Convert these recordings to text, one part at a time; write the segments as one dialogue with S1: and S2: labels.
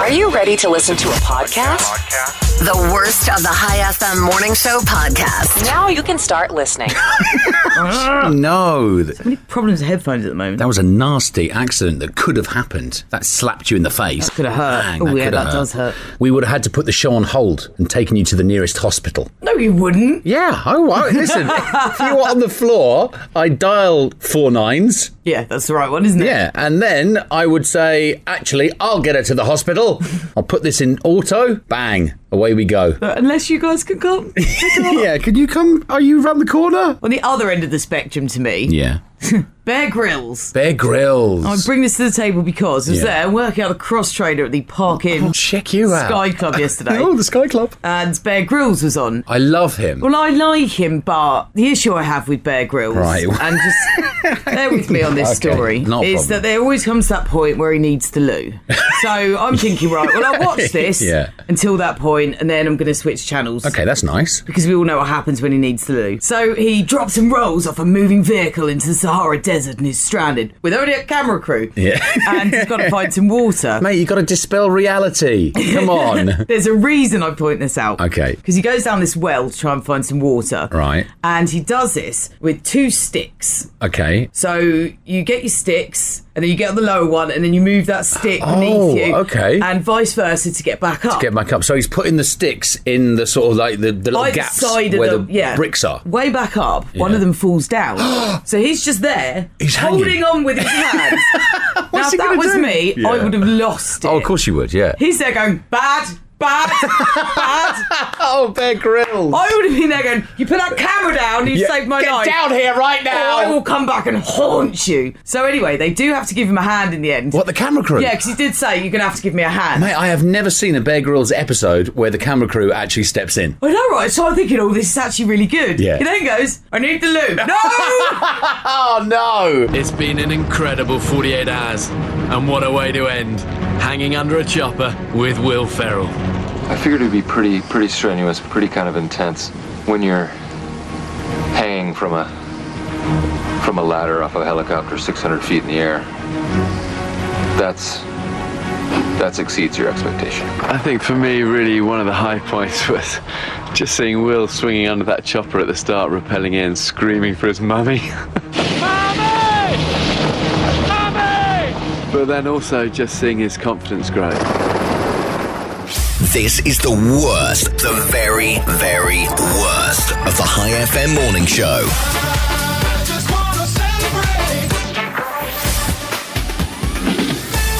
S1: Are you ready to listen to a podcast?
S2: The worst of the High FM Morning Show podcast.
S1: Now you can start listening.
S3: No, th-
S4: Any problems with headphones at the moment?
S3: that was a nasty accident that could have happened. That slapped you in the face.
S4: That could've hurt. Oh, yeah,
S3: could've
S4: that does hurt.
S3: We would have had to put the show on hold and taken you to the nearest hospital.
S4: no, you wouldn't.
S3: Yeah. Oh, I, listen. if you were on the floor, I dial four nines.
S4: Yeah, that's the right one, isn't it?
S3: Yeah, and then I would say, actually, I'll get her to the hospital. I'll put this in auto. Bang. Away we go.
S4: But unless you guys can come
S3: yeah. Can you come? Are you round the corner?
S4: on the other end of the spectrum to me,
S3: Yeah.
S4: Bear Grylls.
S3: Bear grills.
S4: I bring this to the table because I was
S3: Yeah.
S4: there working out a cross trainer at the Park Inn
S3: Check you out. Oh,
S4: Sky Club yesterday,
S3: the Sky Club.
S4: and Bear Grylls was on.
S3: I love him.
S4: Well, I like him, but the issue I have with Bear Grylls,
S3: Right.
S4: and just bear with me on this
S3: Okay,
S4: story,
S3: not a
S4: is
S3: problem.
S4: that there always comes that point where he needs to loo. So I'm thinking, right, well, I'll watch this
S3: Yeah.
S4: until that point, and then I'm going to switch channels.
S3: Okay, that's nice.
S4: Because we all know what happens when he needs to loo. So he drops and rolls off a moving vehicle into the Sahara Desert and is stranded with only a camera crew.
S3: Yeah.
S4: And he's got to find some water.
S3: Mate, you got to dispel reality. Come on.
S4: There's a reason I point this out.
S3: Okay.
S4: Because he goes down this well to try and find some water.
S3: Right.
S4: And he does this with two sticks.
S3: okay.
S4: So you get your sticks, and then you get on the lower one, and then you move that stick
S3: Oh,
S4: beneath you.
S3: okay.
S4: And vice versa to get back up.
S3: Get back up. So he's putting the sticks in the sort of like the, the little
S4: Either
S3: gaps
S4: side of
S3: where
S4: the, yeah,
S3: bricks are.
S4: Way back up, one of them falls down. so he's just there,
S3: He's
S4: holding
S3: hanging.
S4: on with his hands. now, if
S3: he
S4: that
S3: gonna
S4: was
S3: do?
S4: me,
S3: Yeah.
S4: I would have lost it.
S3: Oh, of course you would, yeah.
S4: He's there going, bad, bad, bad.
S3: Oh, Bear Grylls.
S4: I would have been there going, you put that camera down, you
S3: Yeah,
S4: saved my
S3: Get
S4: life.
S3: down here right
S4: or
S3: now.
S4: I will come back and haunt you. So anyway, they do have to give him a hand in the end.
S3: What, the camera crew?
S4: Yeah, because he did say you're gonna have to give me a hand.
S3: Mate, I have never seen a Bear Grylls episode where the camera crew actually steps in.
S4: I know, right? So I'm thinking, oh, this is actually really good.
S3: Yeah.
S4: He then goes, I need the loo. No!
S3: Oh, no.
S5: It's been an incredible 48 hours, and what a way to end. Hanging under a chopper with Will Ferrell.
S6: I figured it'd be pretty, pretty strenuous, pretty kind of intense when you're hanging from a from a ladder off a helicopter 600 feet in the air. That's that exceeds your expectation.
S7: I think for me, really, one of the high points was just seeing Will swinging under that chopper at the start, rappelling in, screaming for his mummy. But then also just seeing his confidence grow.
S8: This is the worst, the very, very worst of the High FM morning show.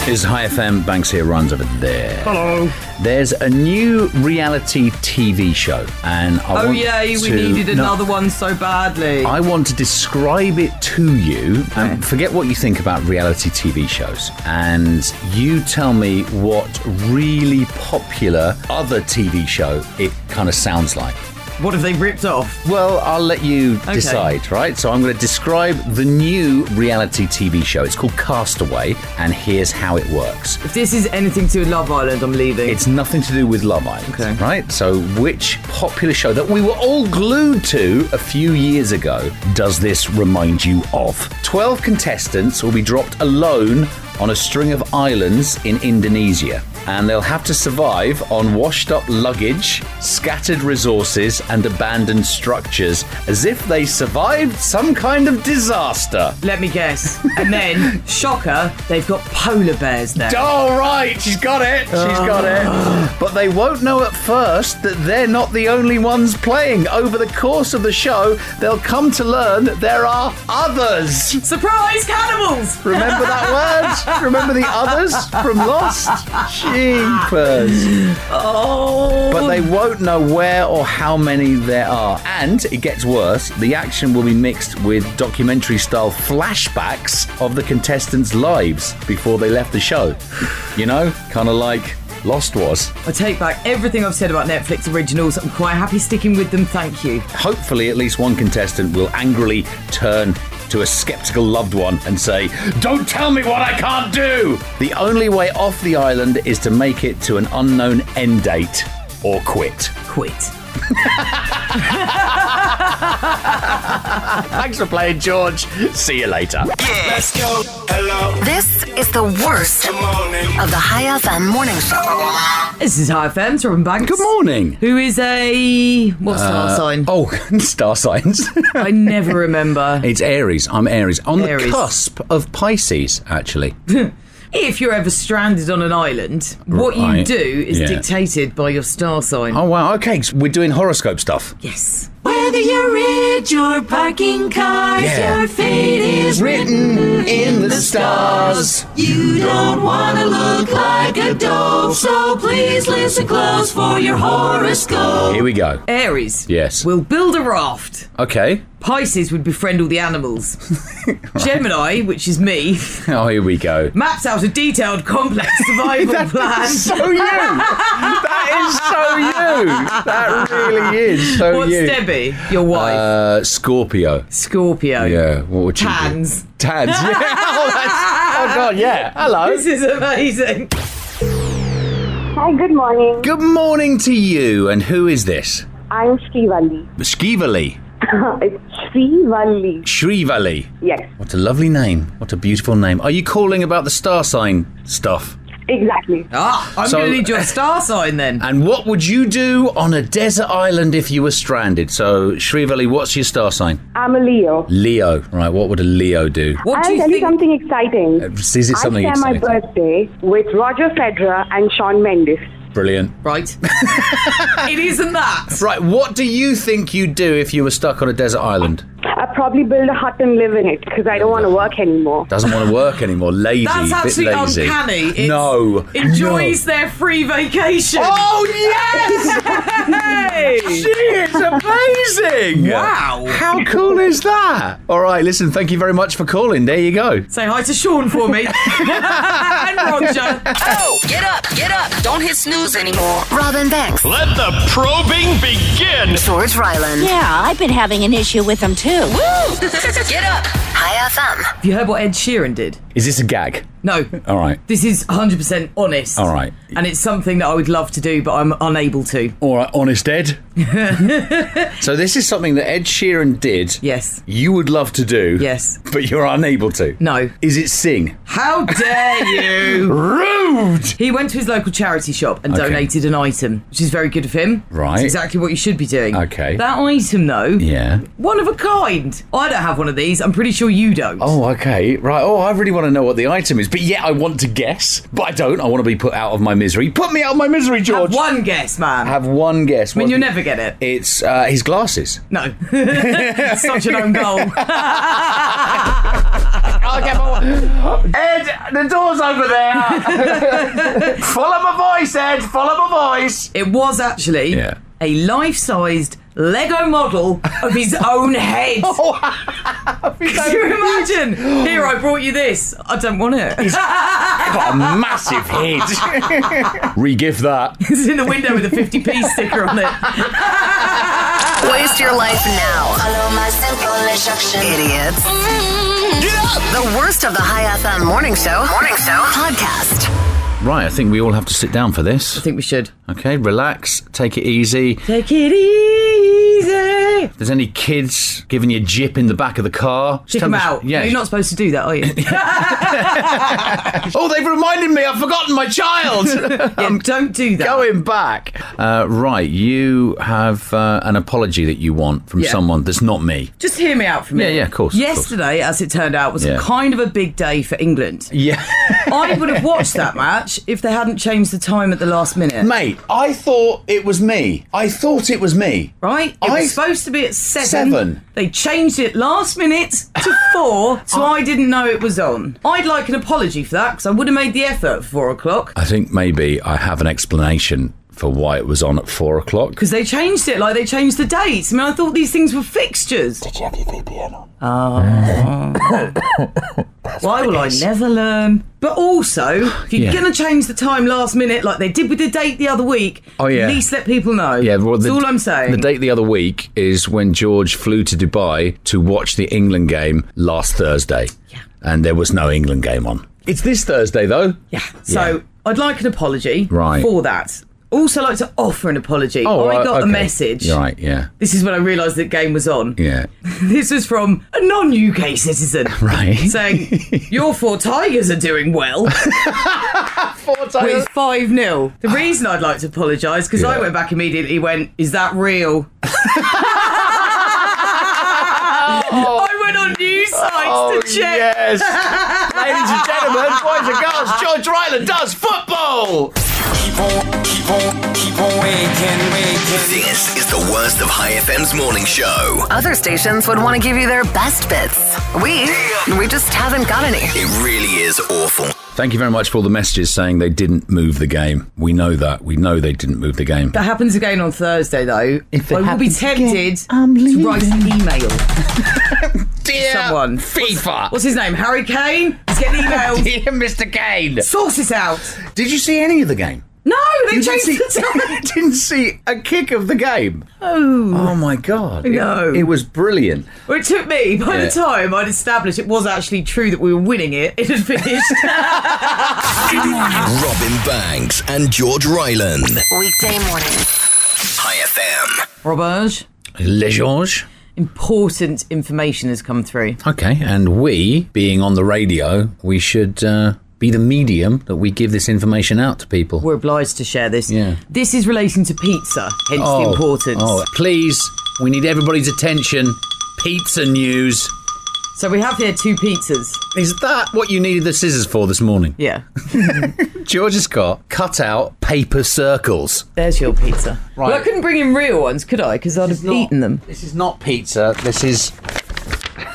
S3: Is High FM Banks here runs over there. Hello. There's a new reality TV show, and I
S4: oh
S3: want
S4: yay, we
S3: to-
S4: needed
S3: No,
S4: another one so badly.
S3: I want to describe it to you. And forget what you think about reality TV shows, and you tell me what really popular other TV show it kind of sounds like.
S4: what have they ripped off?
S3: Well, I'll let you decide, right? So I'm going to describe the new reality TV show. It's called Castaway, and here's how it works.
S4: If this is anything to Love Island, I'm leaving.
S3: It's nothing to do with Love Island,
S4: Okay.
S3: right? So, which popular show that we were all glued to a few years ago does this remind you of? 12 contestants will be dropped alone on a string of islands in Indonesia, and they'll have to survive on washed up luggage, scattered resources, and abandoned structures as if they survived some kind of disaster.
S4: Let me guess. and then, shocker, they've got polar bears there.
S3: All right, she's got it. She's got it. But they won't know at first that they're not the only ones playing. Over the course of the show, they'll come to learn that there are others.
S4: Surprise cannibals!
S3: Remember that word? Remember the others from Lost? Jeepers.
S4: Oh,
S3: But they won't know where or how many there are. And it gets worse the action will be mixed with documentary style flashbacks of the contestants' lives before they left the show. You know, kind of like Lost was.
S4: I take back everything I've said about Netflix originals. I'm quite happy sticking with them. Thank you.
S3: Hopefully, at least one contestant will angrily turn to a skeptical loved one and say, Don't tell me what I can't do! The only way off the island is to make it to an unknown end date or quit.
S4: Quit.
S3: Thanks for playing, George. See you later.
S8: Let's go. Hello.
S2: This is the worst
S8: Good morning.
S2: of the High FM morning show.
S4: This is High FM's Robin Banks.
S3: Good morning.
S4: Who is a what star sign?
S3: Oh, star signs.
S4: I never remember.
S3: it's Aries. I'm Aries. On the
S4: Aries.
S3: cusp of Pisces, actually.
S4: If you're ever stranded on an island, what you
S3: Right.
S4: do is
S3: Yeah.
S4: dictated by your star sign.
S3: Oh, wow. Okay. So we're doing horoscope stuff.
S4: Yes. Whether you're rich or parking cars,
S3: Yeah. your
S4: fate is
S3: Written in the stars.
S4: You don't want to look like a dope, so please listen close for your horoscope.
S3: Here we go.
S4: Aries.
S3: Yes.
S4: Will build a raft.
S3: Okay.
S4: Pisces would befriend all the animals. Gemini, which is me,
S3: Oh, here we go.
S4: maps out a detailed, complex survival plan.
S3: So you. That is so you. That really is so
S4: What's
S3: you.
S4: Debbie, your wife?
S3: Uh, Scorpio.
S4: Scorpio.
S3: Yeah. What would you do?
S4: Tans.
S3: Tans. Yeah. Oh, that's- oh, God. Yeah. Hello.
S4: This is amazing.
S9: Hi, good morning.
S3: Good morning to you. And who is this?
S9: I'm Srivalli.
S3: Skivali.
S9: it's Srivalli.
S3: Shrivali.
S9: Yes,
S3: What a lovely name. What a beautiful name. Are you calling about the star sign stuff?
S9: exactly.
S4: Ah, I'm
S3: So-
S4: going to need your star sign then.
S3: And what would you do on a desert island if you were stranded? So, Shrivali, what's your star sign?
S9: I'm a Leo.
S3: Leo. Right, what would a Leo do?
S4: What do
S9: I'll
S4: you
S9: tell you
S4: think?
S9: something exciting.
S3: Is Uh, it something
S9: I share my
S3: exciting?
S9: birthday with Roger Federer and Sean Mendes.
S3: Brilliant.
S4: Right. it isn't that.
S3: Right, what do you think you'd do if you were stuck on a desert island?
S9: I'll probably build a hut and live in it because I don't want to work anymore.
S3: Doesn't want to work anymore. Lazy.
S4: That's actually
S3: bit lazy.
S4: uncanny. It's
S3: no.
S4: Enjoys their free vacation.
S3: No. Oh, yes!
S4: Hey!
S3: It's amazing!
S4: Wow.
S3: How cool is that? All right, listen, thank you very much for calling. There you go.
S4: Say hi to Sean for me. and Roger.
S2: Oh, get up, get up. Don't hit snooze anymore. Robin Banks,
S10: Let the probing begin.
S2: George Ryland.
S11: Yeah, I've been having an issue with them too.
S2: Get up. High FM.
S4: Have you heard what Ed Sheeran did?
S3: Is this a gag?
S4: No.
S3: All right.
S4: This is 100% honest.
S3: All right.
S4: And it's something that I would love to do, but I'm unable to.
S3: All right, honest Ed. so this is something that Ed Sheeran did.
S4: Yes.
S3: You would love to do.
S4: Yes.
S3: But you're unable to.
S4: No.
S3: Is it sing?
S4: How dare you?
S3: Rude.
S4: he went to his local charity shop and
S3: Okay.
S4: donated an item, which is very good of him.
S3: Right.
S4: It's exactly what you should be doing.
S3: Okay.
S4: That item, though,
S3: Yeah.
S4: one of a kind. I don't have one of these. I'm pretty sure you don't.
S3: Oh, okay. Right. Oh, I really want to know what the item is, but yeah, I want to guess, but I don't. I want to be put out of my misery. Put me out of my misery, George.
S4: Have one guess, man.
S3: Have one guess.
S4: I mean,
S3: What-
S4: you'll never get it.
S3: It's uh, his glasses.
S4: No. Such an own goal.
S3: Ed, the door's over there. follow my voice, Ed. Follow my voice.
S4: It was actually
S3: Yeah.
S4: a life sized Lego model of his own head.
S3: Oh,
S4: Can you imagine? Here, I brought you this. I don't want it.
S3: Got a massive head. Regift that.
S4: It's in the window with a 50p sticker on it.
S2: Waste your life now. Follow my simple instruction. Idiots. The worst of the High FM morning show. Morning show. Podcast.
S3: Right, I think we all have to sit down for
S4: I
S3: this.
S4: think we should.
S3: Okay, relax, take it easy. If
S4: Take it easy.
S3: there's any kids giving you a jip in the back of the car, just
S4: Kick
S3: tell
S4: them
S3: us-
S4: out.
S3: Yeah.
S4: You're not supposed to do that, are you?
S3: oh, they've reminded me. I've forgotten my child.
S4: Yeah, don't do that.
S3: Going back. Uh, right, you have uh, an apology that you want from
S4: Yeah.
S3: someone that's not me.
S4: Just hear me out for a minute.
S3: yeah, of course, of course.
S4: Yesterday, as it turned out, was
S3: Yeah.
S4: kind of a big day for England.
S3: Yeah.
S4: I would have watched that match if they hadn't changed the time at the last minute.
S3: Mate, I thought it was me. I thought it was me.
S4: Right? It
S3: I-
S4: was supposed to be at seven.
S3: Seven.
S4: They changed it last minute to four,
S3: Oh.
S4: so I didn't know it was on. I'd like an apology for that because I would have made the effort at four o'clock
S3: I think maybe I have an explanation for why it was on at four o'clock.
S4: because they changed it. Like they changed the dates. I mean, I thought these things were fixtures. Did you have your VPN on? Oh. Why will I never learn? But also, if you're
S3: Yeah.
S4: going to change the time last minute, like they did with the date the other week,
S3: Oh, yeah.
S4: at least let people know.
S3: Yeah, well,
S4: that's
S3: the-
S4: all I'm saying.
S3: The date the other week is when George flew to Dubai to watch the England game last Thursday. Yeah. And there was no England game on. It's this Thursday, though.
S4: Yeah. So I'd like an apology
S3: Right.
S4: for that. also like to offer an apology. I
S3: Oh, right,
S4: got a
S3: okay.
S4: message.
S3: You're right, yeah.
S4: This is when I realised that game was on.
S3: Yeah.
S4: This was from a non UK citizen. Right. Saying, Your four Tigers are doing well. four
S12: Tigers.
S4: With 5 0. The reason I'd like to apologise, because I
S12: Yeah.
S4: went back immediately, went, Is that real? I went on news sites
S12: Oh,
S4: to check.
S12: yes. Ladies and gentlemen, boys and girls,
S3: George Ryland does football.
S8: Keep on, keep on, keep on waking, waking. This is the worst of High FM's morning show.
S2: Other stations would want to give you their best bits. We, we just haven't got any.
S8: It really is awful.
S3: Thank you very much for all the messages saying they didn't move the game. We know that. We know they didn't move the game.
S4: That happens again on Thursday, though. If I will be tempted to write an email. Dear someone. FIFA. What's, what's his name? Harry Kane? He's getting emails.
S3: Dear Mr. Kane.
S4: Source it out.
S3: Did you see any of the game?
S4: No, they
S3: You
S4: changed
S3: didn't see,
S4: the time.
S3: didn't see a kick of the game.
S4: Oh.
S3: Oh my god. It-
S4: No.
S3: It, was brilliant.
S4: Well, it took me, by
S3: Yeah.
S4: the time I'd established it was actually true that we were winning it, it had finished.
S8: Robin Banks and George Ryland.
S2: Weekday morning.
S8: High FM.
S4: Robert.
S3: Legeange.
S4: Important information has come through.
S3: Okay, and we, being on the radio, we should uh, be the medium that we give this information out to people. We're
S4: obliged to share this.
S3: Yeah.
S4: This is relating to pizza, hence the importance.
S3: Oh, please, we need everybody's attention. Pizza news.
S4: So we have here two pizzas.
S3: Is that what you needed the scissors for this morning?
S4: Yeah.
S3: George has got cut out paper circles.
S4: There's your pizza.
S3: Right.
S4: Well, I couldn't bring in real ones, could I? Because I'd have eaten them.
S3: This is not pizza. This is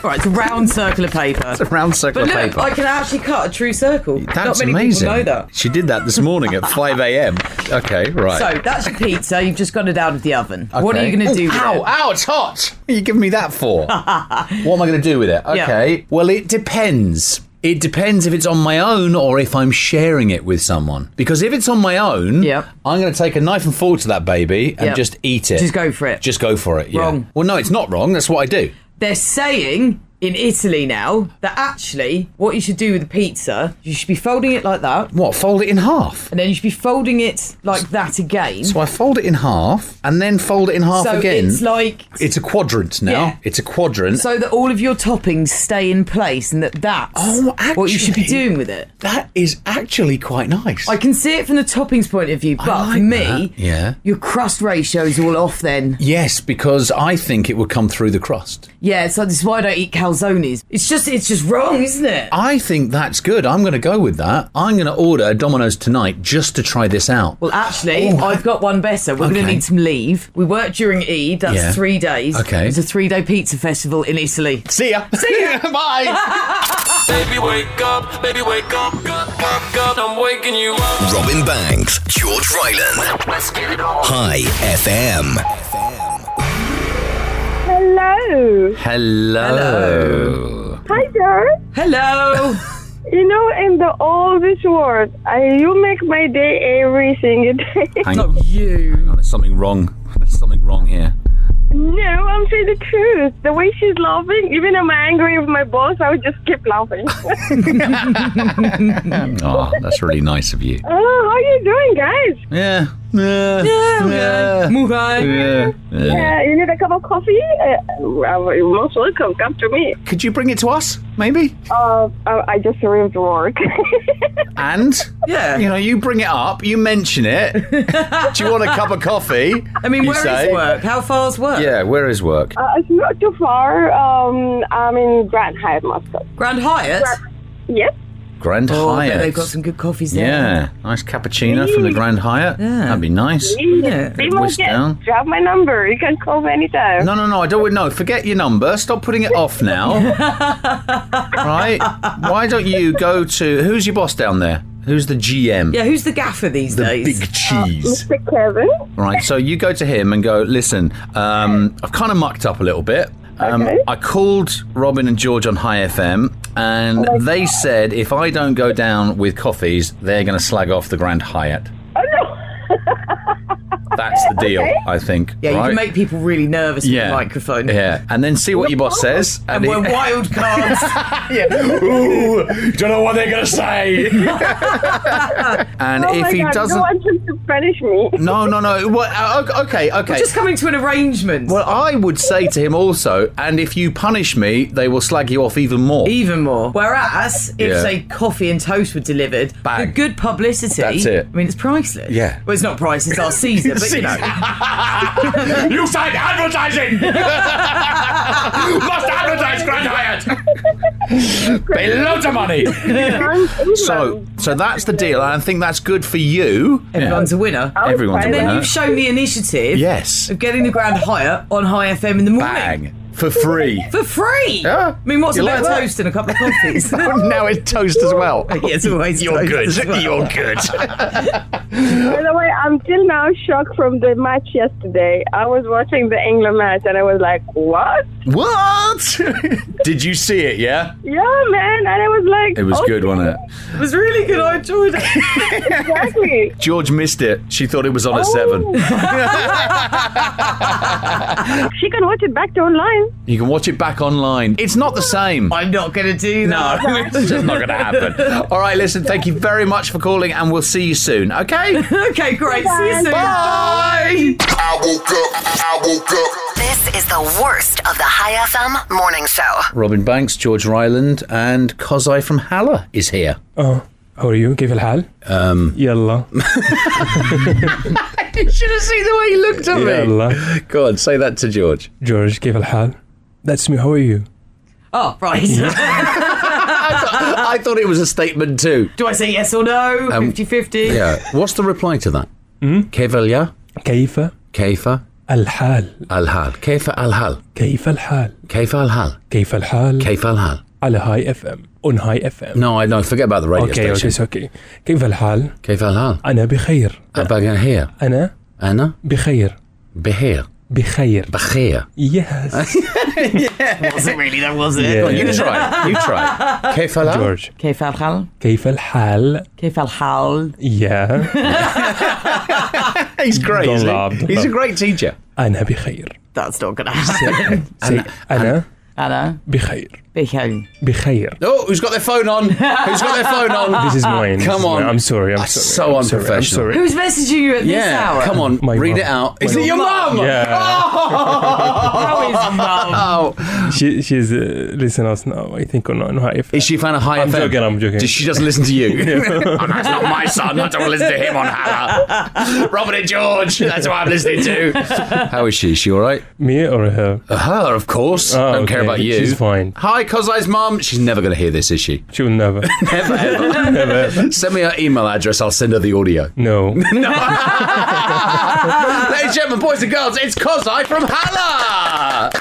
S4: All right, it's a round circle of paper. It's
S3: a round circle
S4: but
S3: of
S4: look,
S3: paper.
S4: I can actually cut a true circle.
S3: That's
S4: Not many
S3: amazing.
S4: people know that.
S3: She did that this morning at 5 a.m. Okay, right.
S4: So that's your pizza. You've just got it out of the oven. What are
S3: Okay.
S4: you going
S3: Ooh,
S4: to do?
S3: ow, ow, it's hot. What are you giving me that for? what am I going to do with it?
S4: Yeah.
S3: Okay. Well, it depends. It depends if it's on my own or if I'm sharing it with someone. Because if it's on my own, I'm going to take a knife and fork to that baby and
S4: Yep.
S3: just eat it.
S4: Just go for it.
S3: Just go for it. Yeah.
S4: Wrong.
S3: Well, no, it's not wrong. That's what I do.
S4: They're saying in Italy now that actually what you should do with a pizza, you should be folding it like that.
S3: What? Fold it in half.
S4: And then you should be folding it like that again.
S3: So I fold it in half and then fold it in half
S4: So
S3: again.
S4: it's like-
S3: it's a quadrant now.
S4: Yeah.
S3: It's a quadrant.
S4: so that all of your toppings stay in place and that that's what you should be
S3: Oh, actually,
S4: doing with it.
S3: That is actually quite nice.
S4: I can see it from the toppings point of view, but
S3: like
S4: for me,
S3: that. yeah.
S4: your crust ratio is all off then.
S3: Yes, because I think it would come through the crust.
S4: Yeah, so this is why I don't eat calzones. It's just it's just wrong, isn't it?
S3: I think that's good. I'm going to go with that. I'm going to order Domino's tonight just to try this out.
S4: Well, actually, I've got one better. We're going
S3: Okay.
S4: to need some leave. We worked during Eid. That's
S3: Yeah.
S4: three days.
S3: Okay.
S4: It's a three day pizza festival in Italy.
S3: See ya.
S4: See ya.
S10: Baby, wake up, baby, wake up, up, up, up. I'm waking you up.
S8: Robin Banks, George Ryland. High FM.
S9: Hello.
S3: Hello.
S9: Hi, George.
S4: Hello.
S9: you know, in the oldest world, I, you make my day every single day.
S3: Hang on. Hang on, there's something wrong. There's something wrong here.
S9: No, I'm saying the truth. The way she's laughing, even I'm angry with my boss, I would just keep laughing.
S3: Oh, that's really nice of you.
S9: oh, how are you doing, guys?
S3: Yeah. Yeah. Yeah.
S4: Move on.
S3: Yeah.
S9: Yeah, Uh, you need a cup of coffee? Uh, well, you're most welcome. Come to me.
S3: Could you bring it to us, maybe?
S9: Uh, I I just arrived work.
S3: And
S4: Yeah.
S3: you know, you bring it up, you mention it. Do you want a cup of coffee?
S4: I mean,
S3: You
S4: where is
S3: say.
S4: work? Oh, How far's work?
S3: Yeah, where is work?
S9: uh, it's not too far. Um, I'm in Grand Hyatt, Moscow.
S4: Grand Hyatt?
S9: Yes.
S3: Grand
S4: Oh, I bet
S3: Hyatt.
S4: they've got some good coffees there.
S3: Yeah, nice cappuccino from the Grand Hyatt. That'd be nice.
S9: Yeah.
S3: Whisk down.
S9: you have my number. You can call me anytime.
S3: No, no, no, I don't no. Forget your number. Stop putting it off now. right? Why don't you go to who's your boss down there? Who's the GM?
S4: Yeah, who's the gaffer these
S3: The
S4: days?
S3: big cheese.
S9: Mr. Kevin?
S3: Right, so you go to him and go, listen, um, I've kind of mucked up a little bit. Um, I called Robin and George on High FM,
S9: Oh
S3: and they said if I don't go down with coffees, they're going to slag off the Grand Hyatt.
S9: Oh, no.
S3: That's the deal, I think.
S4: Yeah, you
S3: right?
S4: can make people really nervous with
S3: yeah.
S4: the microphone.
S3: Yeah, and then see what your boss says.
S4: And
S3: he-
S4: we're wild cards.
S3: Ooh, don't know what they're gonna say. and
S9: Oh
S3: if
S9: my
S3: he
S9: God,
S3: doesn't,
S9: you want him to punish me.
S3: no, no, no. What? uh, Okay, okay.
S4: We're just coming to an arrangement.
S3: Well, I would say to him also, and if you punish me, they will slag you off even more.
S4: Even more. Whereas, if
S3: Yeah.
S4: say coffee and toast were delivered, the good publicity.
S3: That's it.
S4: I mean, it's priceless.
S3: Yeah.
S4: Well, it's not price. It's our Caesar, but you know.
S3: you signed advertising! Must advertise, Grand Hyatt! Pay loads of money! so, so that's the deal, and I think that's good for you.
S4: Everyone's a winner.
S3: Everyone's a
S4: and
S3: winner.
S4: then you've shown the initiative.
S3: Yes.
S4: Of getting the Grand Hyatt on High FM in the morning.
S3: Bang. For free.
S4: For free. Yeah. I mean, what's
S3: You
S4: about
S3: like that?
S4: toast and a couple of coffees?
S3: now it's toast as well.
S4: Yes, always
S3: You're good.
S4: toast as well.
S3: You're good.
S9: By the way, I'm still now shocked from the match yesterday. I was watching the England match and I was like, what?
S3: What? Did you see it, yeah?
S9: Yeah, man. And I was like,
S3: It was
S9: "Oh,
S3: good, wasn't it?
S4: It was really good. I enjoyed
S9: it. exactly.
S3: George missed it. She thought it was
S4: Oh.
S3: on at seven.
S9: she can watch it back to online.
S3: You can watch it back online. It's not the same.
S4: I'm not going to do
S3: that. No, it's just not going to happen. All right, listen, thank you very much for calling, and we'll see you soon, okay?
S4: okay, great. See you soon.
S3: Bye.
S8: I woke up. I woke up.
S2: This is the worst of the High FM morning show.
S3: Robin Banks, George Ryland, and Kozai from Halla is here.
S13: اه how are you كيف الحال؟
S3: Um,
S13: يلا
S3: you should have seen the way he looked at
S13: يلا
S3: Go on say that to George
S13: George كيف الحال؟ That's me how are you؟
S4: Oh, right.
S3: I, thought, I thought it was a statement too.
S4: Do I say yes or no?
S3: Um,
S4: 50 50.
S3: Yeah. What's the reply to that?
S13: Hmm?
S3: Kevalia?
S13: كيف
S3: Kaifa?
S13: الحال؟
S3: Al-Hal. Kaifa Al-Hal.
S13: كيف الحال؟
S3: Kaifa Al-Hal.
S13: كيف الحال؟
S3: كيف الحال؟
S13: على هاي اف ام اون هاي اف ام
S3: No, I know. Forget about the radio
S13: اوكي اوكي
S3: station.
S13: اوكي كيف الحال؟
S3: كيف الحال؟
S13: انا بخير
S3: أبقى here.
S13: انا
S3: أنا
S13: بخير
S3: بخير.
S13: بخير
S3: بخير.
S13: يس
S4: Was it really? That was it.
S13: Yeah. Go on, you
S3: try. You try. كيف الحال؟
S13: جورج
S4: كيف الحال؟
S13: كيف الحال؟
S4: كيف الحال؟
S13: يا
S3: He's great. isn't he?
S13: Golab.
S3: He's a great teacher.
S13: انا بخير
S4: That's not going to happen.
S13: سي انا
S4: Hello.
S13: بخير
S4: Bihal.
S13: بخير
S3: Oh, who's got their phone on? Who's got their phone on?
S13: This is mine. This
S3: Ah, Come
S13: is
S3: on.
S13: mine. I'm sorry. I'm
S3: That's
S13: sorry.
S3: so
S13: I'm sorry. I'm
S3: unprofessional.
S13: sorry.
S4: Who's messaging you at this
S3: Yeah.
S4: hour?
S3: Come on.
S13: My
S3: read
S13: mum.
S3: it out.
S13: My
S3: Is it your mum?
S13: Yeah.
S4: How is mum?
S3: Oh.
S13: She, she's uh, listening us now, I think, on, on High FM.
S3: Is she a fan of High
S13: I'm
S3: FM?
S13: joking, I'm joking.
S3: Does she doesn't listen to you? oh, that's not my son. I don't want to listen to him on Hannah. Robert and George. That's what I'm listening to. How is she? Is she all right? Uh,
S13: Me or her?
S3: Her, of course.
S13: Oh,
S3: don't care
S13: okay.
S3: about you.
S13: She's fine.
S3: Hi, Kozai's mum. She's never going to hear this, is she?
S13: She will never.
S3: Never, ever.
S13: never. ever.
S3: Send me her email address. I'll send her the audio.
S13: No.
S3: Ladies and gentlemen, boys and girls, it's Kozai from Hannah.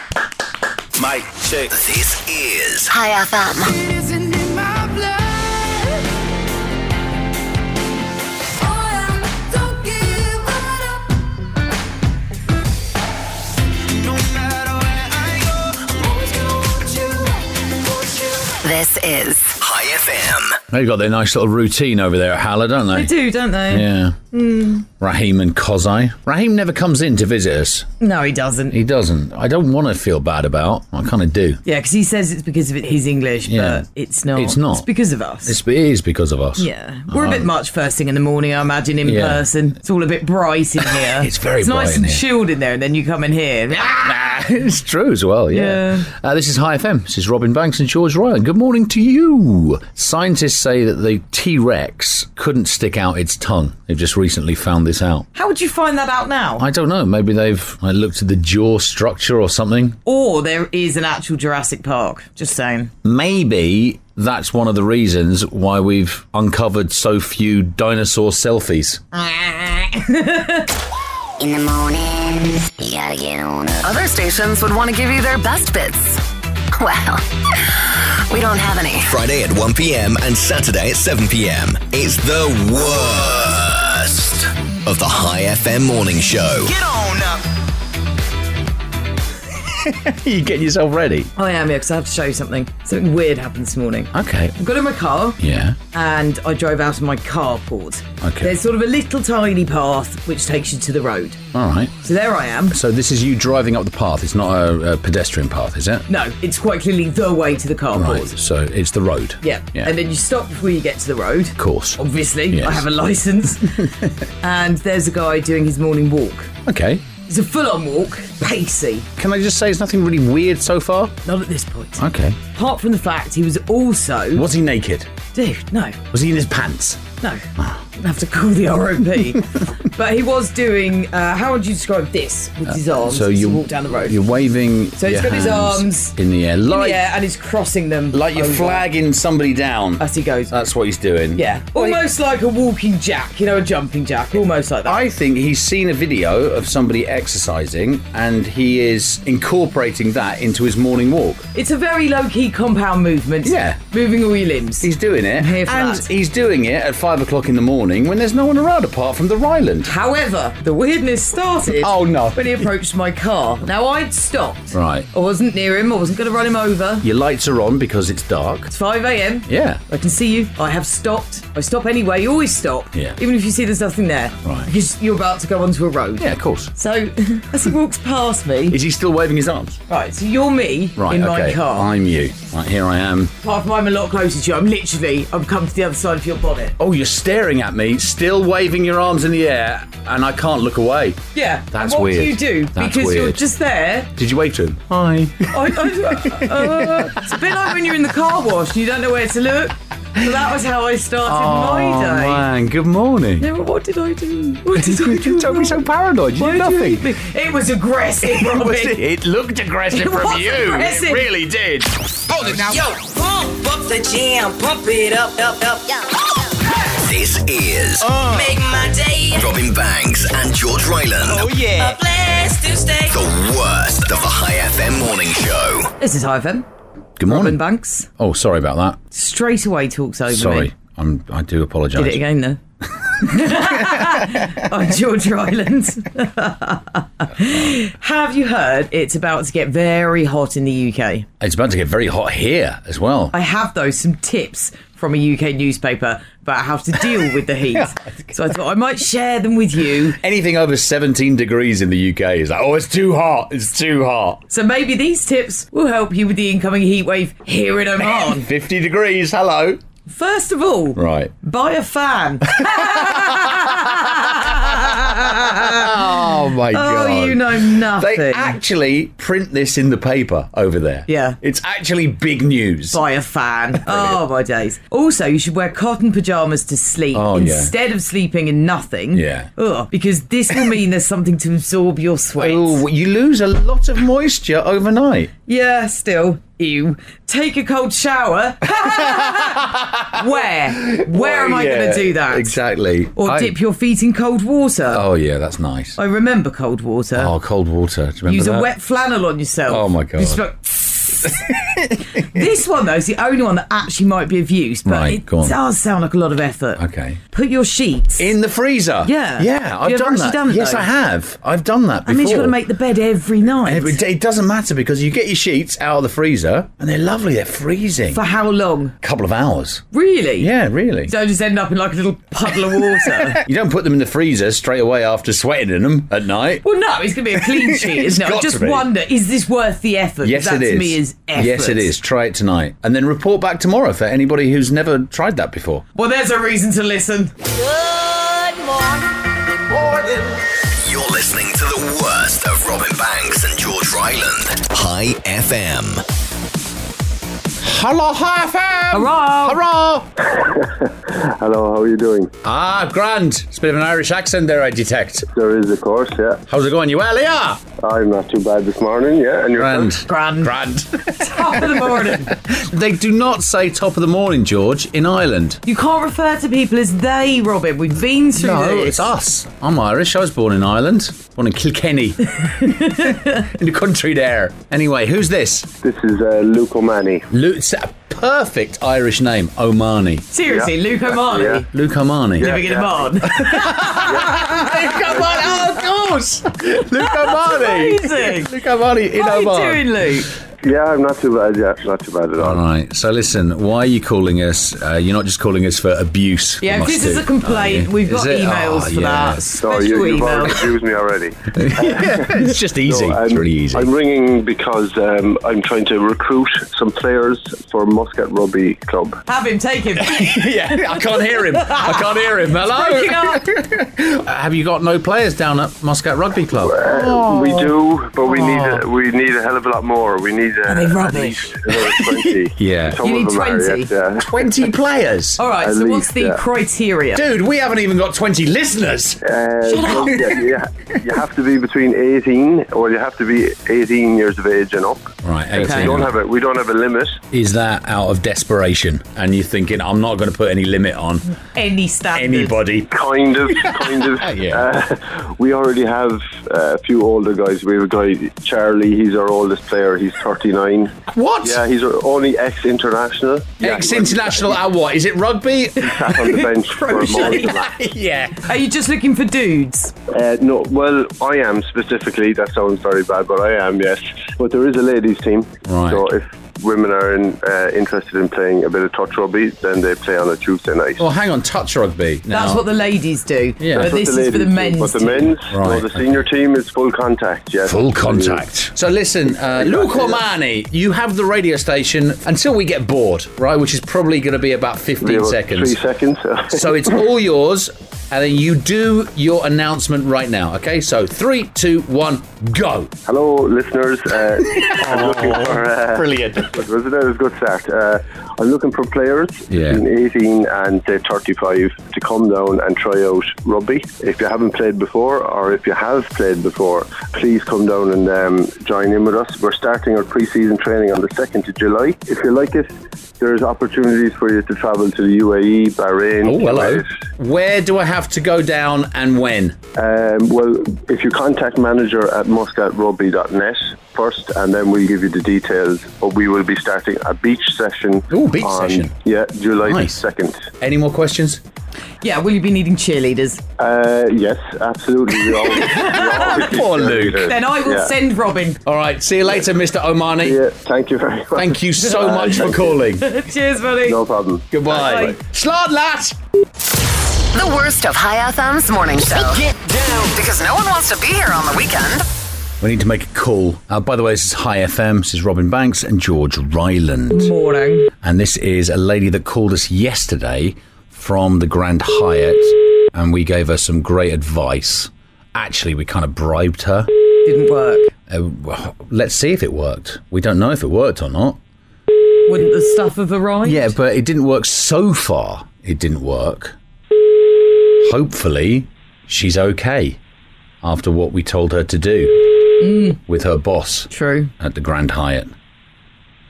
S8: Mike, check.
S2: This is High FM. This is
S8: High FM.
S3: They've got their nice little routine over there at Halla, don't
S4: They
S3: they?
S4: do, Hmm. don't they?
S3: Yeah. Raheem and Kozai. Raheem never comes in to visit us.
S4: No, he doesn't.
S3: He doesn't. I don't want to feel bad about. I kind of do.
S4: Yeah, because he says it's because of his English,
S3: Yeah.
S4: but it's not.
S3: It's not.
S4: It's because of us.
S3: It's, it is because of us.
S4: yeah, we're a bit much first thing in the morning, I imagine, in
S3: Yeah.
S4: person. It's all a bit bright in here.
S3: It's very
S4: it's
S3: bright
S4: nice
S3: in
S4: and
S3: here.
S4: chilled in there, and then you come in here.
S3: Ah, it's true as well, yeah.
S4: Yeah.
S3: Uh, this is High FM. This is Robin Banks and George Ryland. Good morning to you. Scientists say that the T Rex couldn't stick out its tongue. They've just recently found this out.
S4: How would you find that out now?
S3: I don't know. Maybe they've I looked at the jaw structure or something.
S4: or there is an actual Jurassic Park. Just saying.
S3: Maybe that's one of the reasons why we've uncovered so few dinosaur selfies.
S2: In the morning, you gotta get on up. Other stations would want to give you their best bits. Well, we don't have any.
S8: Friday at 1 p.m. and Saturday at 7 p.m. It's the worst of the High FM morning show.
S2: Get on up.
S3: you getting yourself ready?
S4: I am, yeah, because I have to show you something. Something weird happened this morning.
S3: Okay.
S4: I got in my car.
S3: Yeah.
S4: And I drove out of my carport.
S3: Okay.
S4: There's sort of a little tiny path which takes you to the road.
S3: All right.
S4: So there I am.
S3: So this is you driving up the path. It's not a, a pedestrian path, is it?
S4: No, it's quite clearly the way to the carport.
S3: Right. So it's the road.
S4: Yeah.
S3: Yeah.
S4: And Oh. then you stop before you get to the road. Of
S3: course.
S4: Obviously,
S3: Yes.
S4: I have a license. and there's a guy doing his morning walk.
S3: Okay.
S4: It's a full on walk, pacey.
S3: Can I just say it's nothing really weird so far?
S4: Not at this point.
S3: Okay.
S4: Apart from the fact he was also.
S3: Was he naked?
S4: Dude, no.
S3: Was he in his pants?
S4: No.
S3: Ah.
S4: Didn't have to call the ROP. but he was doing, uh, how would you describe this with his
S3: Uh,
S4: arms as he walked down the road?
S3: You're waving.
S4: So he's
S3: your
S4: got his
S3: hands
S4: arms
S3: in the air,
S4: in the
S3: like
S4: air and he's crossing them.
S3: like you're
S4: over.
S3: flagging somebody down
S4: as he goes.
S3: That's what he's doing.
S4: Yeah. Almost like a walking jack, you know, a jumping jack. Almost like that.
S3: I think he's seen a video of somebody exercising and he is incorporating that into his morning walk.
S4: It's a very low key compound movement.
S3: Yeah.
S4: Moving all your limbs.
S3: He's doing it.
S4: here for
S3: and
S4: that.
S3: he's doing it at five o'clock in the morning when there's no one around apart from the Ryland.
S4: However, the weirdness started.
S3: Oh, no.
S4: When he approached my car. Now I'd stopped.
S3: Right.
S4: I wasn't near him. I wasn't going to run him over.
S3: Your lights are on because it's dark.
S4: It's 5 a.m.
S3: Yeah.
S4: I can see you. I have stopped. I stop anyway. You always stop.
S3: Yeah.
S4: Even if you see there's nothing there.
S3: Right.
S4: Because you're about to go onto a road.
S3: Yeah, of course.
S4: So as he walks past me.
S3: Is he still waving his arms?
S4: Right, so you're me
S3: Right,
S4: in
S3: okay.
S4: my car.
S3: I'm you. Right, here I am.
S4: Apart from I'm a lot closer to you. I'm literally, I've come to the other side of your bonnet.
S3: Oh, you're staring at me, still waving your arms in the air, and I can't look away.
S4: Yeah.
S3: That's
S4: what
S3: weird.
S4: do you do?
S3: That's
S4: because you're
S3: weird.
S4: just there.
S3: Did you wave to him? Hi.
S4: I, I, uh, it's a bit like when you're in the car wash and you don't know where to look. So that was how I started
S3: Oh,
S4: my day.
S3: man, good morning.
S4: Yeah, but what did I do? What did I do?
S3: you don't be so paranoid. You did nothing.
S4: It was aggressive,
S3: It
S4: Robin.
S3: was- it looked aggressive
S4: It
S3: from
S4: was
S3: you.
S4: aggressive.
S3: It really did.
S12: Hold it now. Yo, pump up the jam, pump it up, up, up.
S8: This is
S12: Make my day.
S8: Robin Banks and George Ryland.
S12: Oh yeah. A blast to stay.
S8: The worst of a High FM morning show.
S4: This is IFM.
S3: Good morning.
S4: Robin Banks
S3: Oh, sorry about that.
S4: straight away talks over me.
S3: Sorry. I'm, I do apologise.
S4: Did it again though. I'm George Ryland. Have you heard it's about to get very hot in the UK?
S3: It's about to get very hot here as well.
S4: I have though some tips from a UK newspaper about how to deal with the heat. so I thought I might share them with you.
S3: Anything over 17 degrees in the UK is like, oh, it's too hot. It's too hot.
S4: So maybe these tips will help you with the incoming heat wave here in Oman.
S3: 50 degrees. Hello.
S4: First of all,
S3: Right.
S4: buy a fan.
S3: Oh my god!
S4: you know nothing.
S3: They actually print this in the paper over there.
S4: Yeah.
S3: it's actually big news.
S4: Buy a fan. oh my days. Also, you should wear cotton pajamas to sleep
S3: Oh, yeah.
S4: instead of sleeping in nothing.
S3: Yeah.
S4: Ugh, because this will mean there's something to absorb your sweat.
S3: Oh, you lose a lot of moisture overnight.
S4: Yeah, still. Ew. Take a cold shower. Where? Where am I going
S3: Yeah,
S4: to do that?
S3: Exactly.
S4: Or
S3: I-
S4: dip your feet in cold water.
S3: Oh yeah, that's nice.
S4: I remember cold water.
S3: Oh, cold water. Do you remember
S4: Use
S3: that?
S4: a wet flannel on yourself.
S3: Oh, my God.
S4: Just like- this one though is the only one that actually might be of use, but
S3: Right,
S4: it
S3: go on.
S4: does sound like a lot of effort.
S3: Okay.
S4: Put your sheets.
S3: In the freezer.
S4: Yeah.
S3: Yeah, I've
S4: You've
S3: done
S4: actually
S3: that.
S4: done it,
S3: yes,
S4: though.
S3: I have. I've done that
S4: I
S3: before.
S4: mean, you've got to make the bed every night.
S3: Every day- It doesn't matter because you get your sheets out of the freezer and they're lovely. They're freezing.
S4: For how long?
S3: couple of hours.
S4: Really?
S3: Yeah, really.
S4: Don't just end up in like a little puddle of water.
S3: You don't put them in the freezer straight away after sweating in them at night.
S4: Well, no, it's going to be a clean sheet,
S3: It's
S4: isn't it? I
S3: got
S4: just
S3: to be.
S4: wonder, is this worth the effort?
S3: Yes,
S4: that
S3: it is.
S4: to me is effort.
S3: Yes, it is. Try it tonight, and then report back tomorrow for anybody who's never tried that before.
S4: Well, there's a reason to listen.
S12: Good morning. Good morning.
S8: You're listening to the worst of Robin Banks and George Ryland. High FM.
S3: Hello, hi, fam.
S4: Hurrah!
S3: Hurrah!
S14: Hello, how are you doing?
S3: Ah, grand. It's a bit of an Irish accent there, I detect.
S14: There is, of course, yeah.
S3: How's it going? You well, yeah?
S14: I'm not too bad this morning, yeah. And you're
S3: Grand.
S4: Grand.
S3: Grand.
S4: Top of the morning.
S3: they do not say top of the morning, George, in Ireland.
S4: You can't refer to people as they, Robin. We've been through
S3: No,
S4: this.
S3: it's us. I'm Irish. I was born in Ireland. Born in Kilkenny. in the country there. Anyway, who's this?
S14: This is uh, Luke O'Mani.
S3: Luke, it's a perfect Irish name, Omani.
S4: Seriously, Luke O'Malley.
S3: Luke Omani.
S4: Living in a barn. Come on, oh
S3: course. Luca Marni.
S14: amazing.
S3: Luca Marni in
S14: How are you
S3: Oman.
S14: doing, Luke? Yeah, I'm not too bad. Yeah, not too bad at all.
S3: All right. So listen, why are you calling us? Uh, you're not just calling us for abuse.
S4: Yeah,
S3: from us
S4: this is
S3: two,
S4: a complaint.
S14: Oh,
S3: are you?
S4: We've got
S3: it?
S4: emails
S3: Ah,
S4: for that.
S14: Sorry, you, you've all abused me already.
S3: it's just easy.
S14: it's really easy. I'm ringing because um, I'm trying to recruit some players for Muscat Rugby Club.
S4: Have him, take him.
S3: yeah, I can't hear him. I can't hear him. Hello? Uh, Have you got no players down at Muscat Rugby Club?
S14: Uh, we do, but we need a, we need a hell of a lot more. We need a, at least another twenty.
S3: Yeah.
S14: Some
S4: You
S14: of
S4: need
S14: them are,
S4: 20?
S14: yes, yeah.
S3: 20 players.
S4: All right,
S14: At
S4: so what's
S14: least,
S4: the
S14: yeah.
S4: criteria?
S3: Dude, we haven't even got 20 listeners.
S14: Uh, so, yeah, you, ha- you have to be between 18, or you have to be 18 years of age and up.
S3: Right, 18.
S14: We don't have a we don't have a limit.
S3: Is that out of desperation? And you're thinking, I'm not going to put any limit on
S4: Any standard.
S3: anybody.
S14: Kind of, kind of. Uh, we already have uh, a few older guys. We have a guy, Charlie. He's our oldest player. He's 39.
S3: What?
S14: Yeah, he's our only ex-international. Yeah, he went-
S3: Ex-international at what? Is it rugby?
S14: sat on the bench for a
S3: Crochet.
S14: moment.
S3: yeah.
S4: Are you just looking for dudes?
S14: Uh, no, well, I am specifically. That sounds very bad, but I am, yes. But there is a ladies' team.
S3: Right.
S14: So if women are in, uh, interested in playing a bit of touch rugby, then they play on a Tuesday night.
S3: Well, Oh, hang on, touch rugby. Now.
S4: That's what the ladies do.
S3: Yeah.
S4: But
S14: That's what
S4: this
S14: the
S4: is for the
S14: ladies do.
S4: men's.
S14: But the
S4: team.
S14: men's,
S3: Right,
S14: well, the senior team is full contact, yes.
S3: Full contact. So listen, uh, Luke Omani, you have the radio station until we get bored, right? Which is probably going to be about 15
S14: About
S3: seconds.
S14: Three seconds.
S3: so it's all yours, and then you do your announcement right now, okay? So three, two, one, go.
S14: Hello, listeners. Uh, I'm looking for. Uh,
S3: Brilliant.
S14: What was it? That was a good start. Uh, I'm looking for players
S3: Yeah.
S14: between 18 and say 35 to come down and try out rugby. If you haven't played before, or if you have played before, please come down and um, join in with us. We're starting our pre-season training on the 2nd of July. If you like it, there's opportunities for you to travel to the UAE, Bahrain.
S3: Oh, hello.
S14: Kuwait,
S3: Where do I have to go down and when?
S14: um, well, if you contact manager at muscatrugby.net first, and then we'll give you the details. But we will be starting a beach session. Oh,
S3: beach session.
S14: Yeah, July second.
S3: Any more questions?
S4: Yeah, will you be needing cheerleaders?
S14: Uh, yes, absolutely. We always- we always need
S3: Poor Luke.
S14: cheerleaders.
S4: Then I will
S14: Yeah.
S4: send Robin.
S3: All right, see you later, Mr. Omani.
S14: Yeah, thank you very much.
S3: Thank you so
S14: Uh,
S3: much for
S14: thank you.
S3: calling.
S4: Cheers, buddy.
S14: Oh. No problem.
S3: Goodbye. Slod lat!
S2: The worst of High FM's morning show. Get down. Because no one wants to be here on the weekend.
S3: We need to make a call. Uh, by the way, this is High FM. This is Robin Banks and George Ryland.
S4: Morning.
S3: And this is a lady that called us yesterday from the Grand Hyatt, and we gave her some great advice. Actually, we kind of bribed her.
S4: Didn't work.
S3: Uh, well, let's see if it worked. We don't know if it worked or not.
S4: Wouldn't the stuff have arrived?
S3: Yeah, but it didn't work so far. It didn't work. Hopefully, she's okay after what we told her to do with her boss.
S4: True.
S3: At the Grand Hyatt,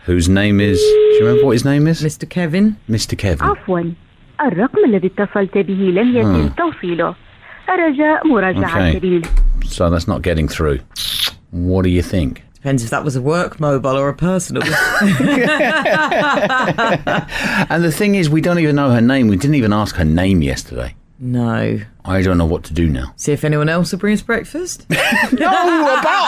S3: whose name is. Do you remember what his name is?
S4: Mr. Kevin.
S3: Mr. Kevin.
S15: عفوا الرقم الذي اتصلت به لم يتم
S3: Hmm.
S15: توصيله رجاء مراجعة
S3: Okay.
S15: سبيل
S3: So that's not getting through. What do you think?
S4: Depends if that was a work mobile or a personal.
S3: And the thing is, we don't even know her name. We didn't even ask her name yesterday.
S4: No.
S3: I don't know what to do now.
S4: See if anyone else will bring us breakfast.
S3: no, about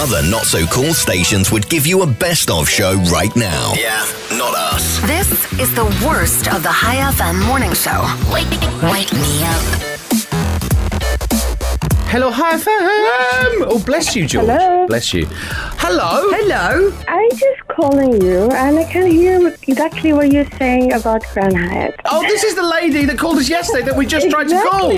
S8: Other not so cool stations would give you a best of show right now. Yeah, not us.
S2: This is the worst of the High FM morning show. Wake, wake me up.
S3: Hello, hi, FM. Oh, bless you, George.
S9: Hello.
S3: Bless you. Hello.
S4: Hello.
S9: I'm just calling you, and I can hear exactly what you're saying about Grand Hyatt.
S3: Oh, this is the lady that called us yesterday that we just tried to call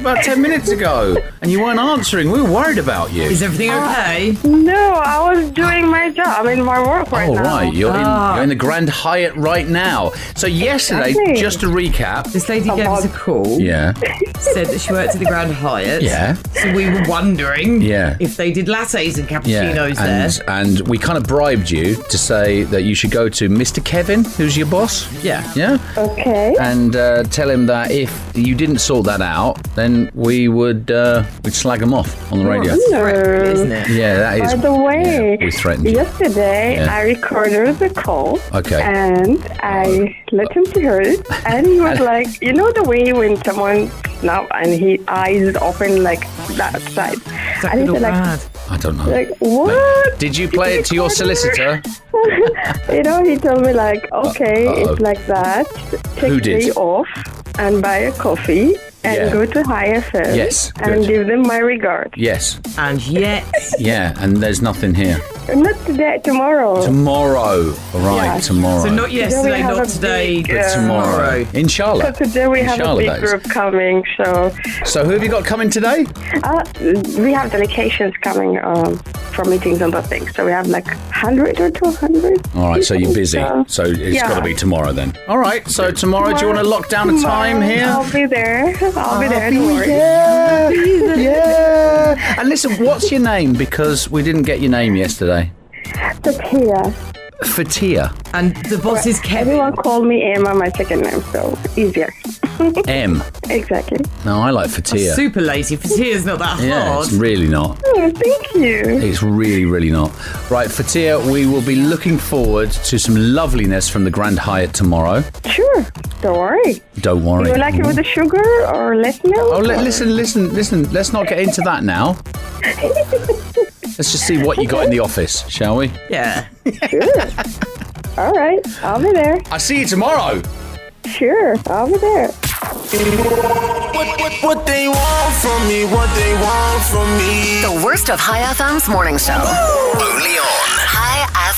S3: about 10 minutes ago, and you weren't answering. We were worried about you.
S4: Is everything okay?
S9: No, I was doing my job. I'm in my work right
S3: Oh,
S9: now. Ah.
S3: right. You're, in, you're in the Grand Hyatt right now. So, yesterday,
S9: Exactly.
S3: just to recap.
S4: This lady gave us a call.
S3: Yeah.
S4: Said that she worked at the Grand Hyatt.
S3: Yeah.
S4: So we were wondering
S3: Yeah.
S4: if they did lattes and
S3: Yeah,
S4: cappuccinos there.
S3: and, and we kind of bribed you to say that you should go to Mr. Kevin, who's your boss.
S4: Yeah.
S3: Yeah.
S9: Okay.
S3: And uh, tell him that if you didn't sort that out, then we would uh, we'd slag him off on the radio.
S9: Oh. No.
S4: Isn't it?
S3: Yeah, that is.
S9: By the way,
S3: we threatened you.
S9: yesterday
S3: Yeah.
S9: I recorded the call.
S3: Okay.
S9: And I let him to hear it. And he was like, you know the way when someone it now, and he eyes open like that side. and he said, like,
S3: I don't know.
S9: like what?
S3: Did you play it to your solicitor? Uh,
S9: you know, he told me like, okay,
S3: uh-oh.
S9: it's like that. Take
S3: Who
S9: the
S3: did?
S9: day off and buy a coffee and
S3: Yeah.
S9: go to High FM
S3: Yes,
S9: and
S3: good.
S9: give them my regards.
S3: Yes.
S4: And yet.
S3: Yeah, and there's nothing here.
S9: Not today, tomorrow.
S3: Tomorrow. All right,
S9: Yeah.
S3: tomorrow.
S9: So not
S4: Not yesterday, not today.
S3: But tomorrow. Inshallah.
S9: So today we have a
S3: Inshallah,
S9: big
S3: that is.
S9: group coming. So
S3: So who have you got coming today?
S9: uh, we have delegations coming um, from meetings and other things. So we have like 100 or 200.
S3: All right, so you're busy. So it's
S9: Yeah.
S3: got to be tomorrow then. All right, so tomorrow, do you want to lock down a time
S9: Tomorrow,
S3: here?
S9: I'll be there. I'll, be there.
S3: be
S9: Don't worry.
S3: there. Yeah. And listen, what's your name? Because we didn't get your name yesterday.
S9: Sophia.
S3: Fatia.
S9: And the boss is Kevin. Everyone called me Emma, my second name, so easier.
S3: M.
S9: Exactly.
S3: No, I like Fatia.
S4: Super lazy. Fatia's not that
S3: yeah,
S4: hard.
S3: it's really not.
S9: Oh, thank you.
S3: It's really, really not. Right, Fatia, we will be looking forward to some loveliness from the Grand Hyatt tomorrow.
S9: Sure. Don't worry.
S3: Don't worry.
S9: You like it with the sugar or less milk?
S3: Oh, li-
S9: or-
S3: listen, listen, listen. Let's not get into that now. Let's just see what you got in the office, shall we?
S4: Yeah.
S9: All right. I'll be there.
S3: I see you tomorrow.
S9: Sure. I'll be there.
S10: What, what, what they want from me, what they want from me.
S2: The worst of High FM's morning show. Only on High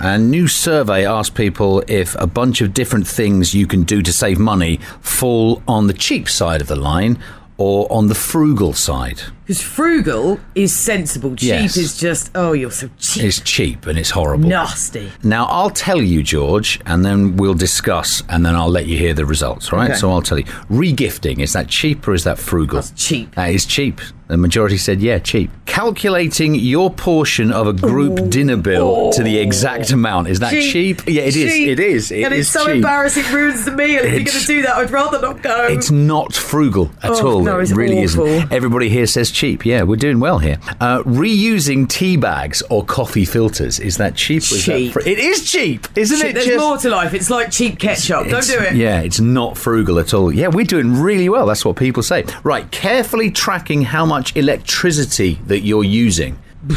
S2: FM.
S3: A new survey asked people if a bunch of different things you can do to save money fall on the cheap side of the line or on the frugal side.
S4: Because frugal is sensible. Cheap
S3: Yes.
S4: is just, oh, you're so cheap.
S3: It's cheap and it's horrible.
S4: Nasty.
S3: Now, I'll tell you, George, and then we'll discuss, and then I'll let you hear the results, all right?
S4: Okay.
S3: So I'll tell you. Regifting, is that cheap or is that frugal? That's
S4: cheap.
S3: That is cheap. The majority said, yeah, cheap. Calculating your portion of a group dinner bill to the exact amount, is that cheap? Yeah, it is.
S4: Oh. Cheap.
S3: It is. It
S4: and
S3: is
S4: it's so
S3: cheap.
S4: embarrassing, it ruins the meal. If you're going
S3: It's-
S4: to do that, I'd rather not go.
S3: It's not frugal at
S4: Oh,
S3: all.
S4: no,
S3: it
S4: it's
S3: really isn't.
S4: awful.
S3: Everybody here says cheap. Yeah, we're doing well here. Uh, reusing tea bags or coffee filters. Is that cheap? Or is that
S4: cheap.
S3: fr- it is cheap, isn't
S4: Cheap.
S3: it?
S4: There's
S3: Just-
S4: more to life. It's like cheap ketchup. Don't do
S3: It's-
S4: it.
S3: Yeah, it's not frugal at all. Yeah, we're doing really well. That's what people say. Right, carefully tracking how much electricity that you're using.
S4: Do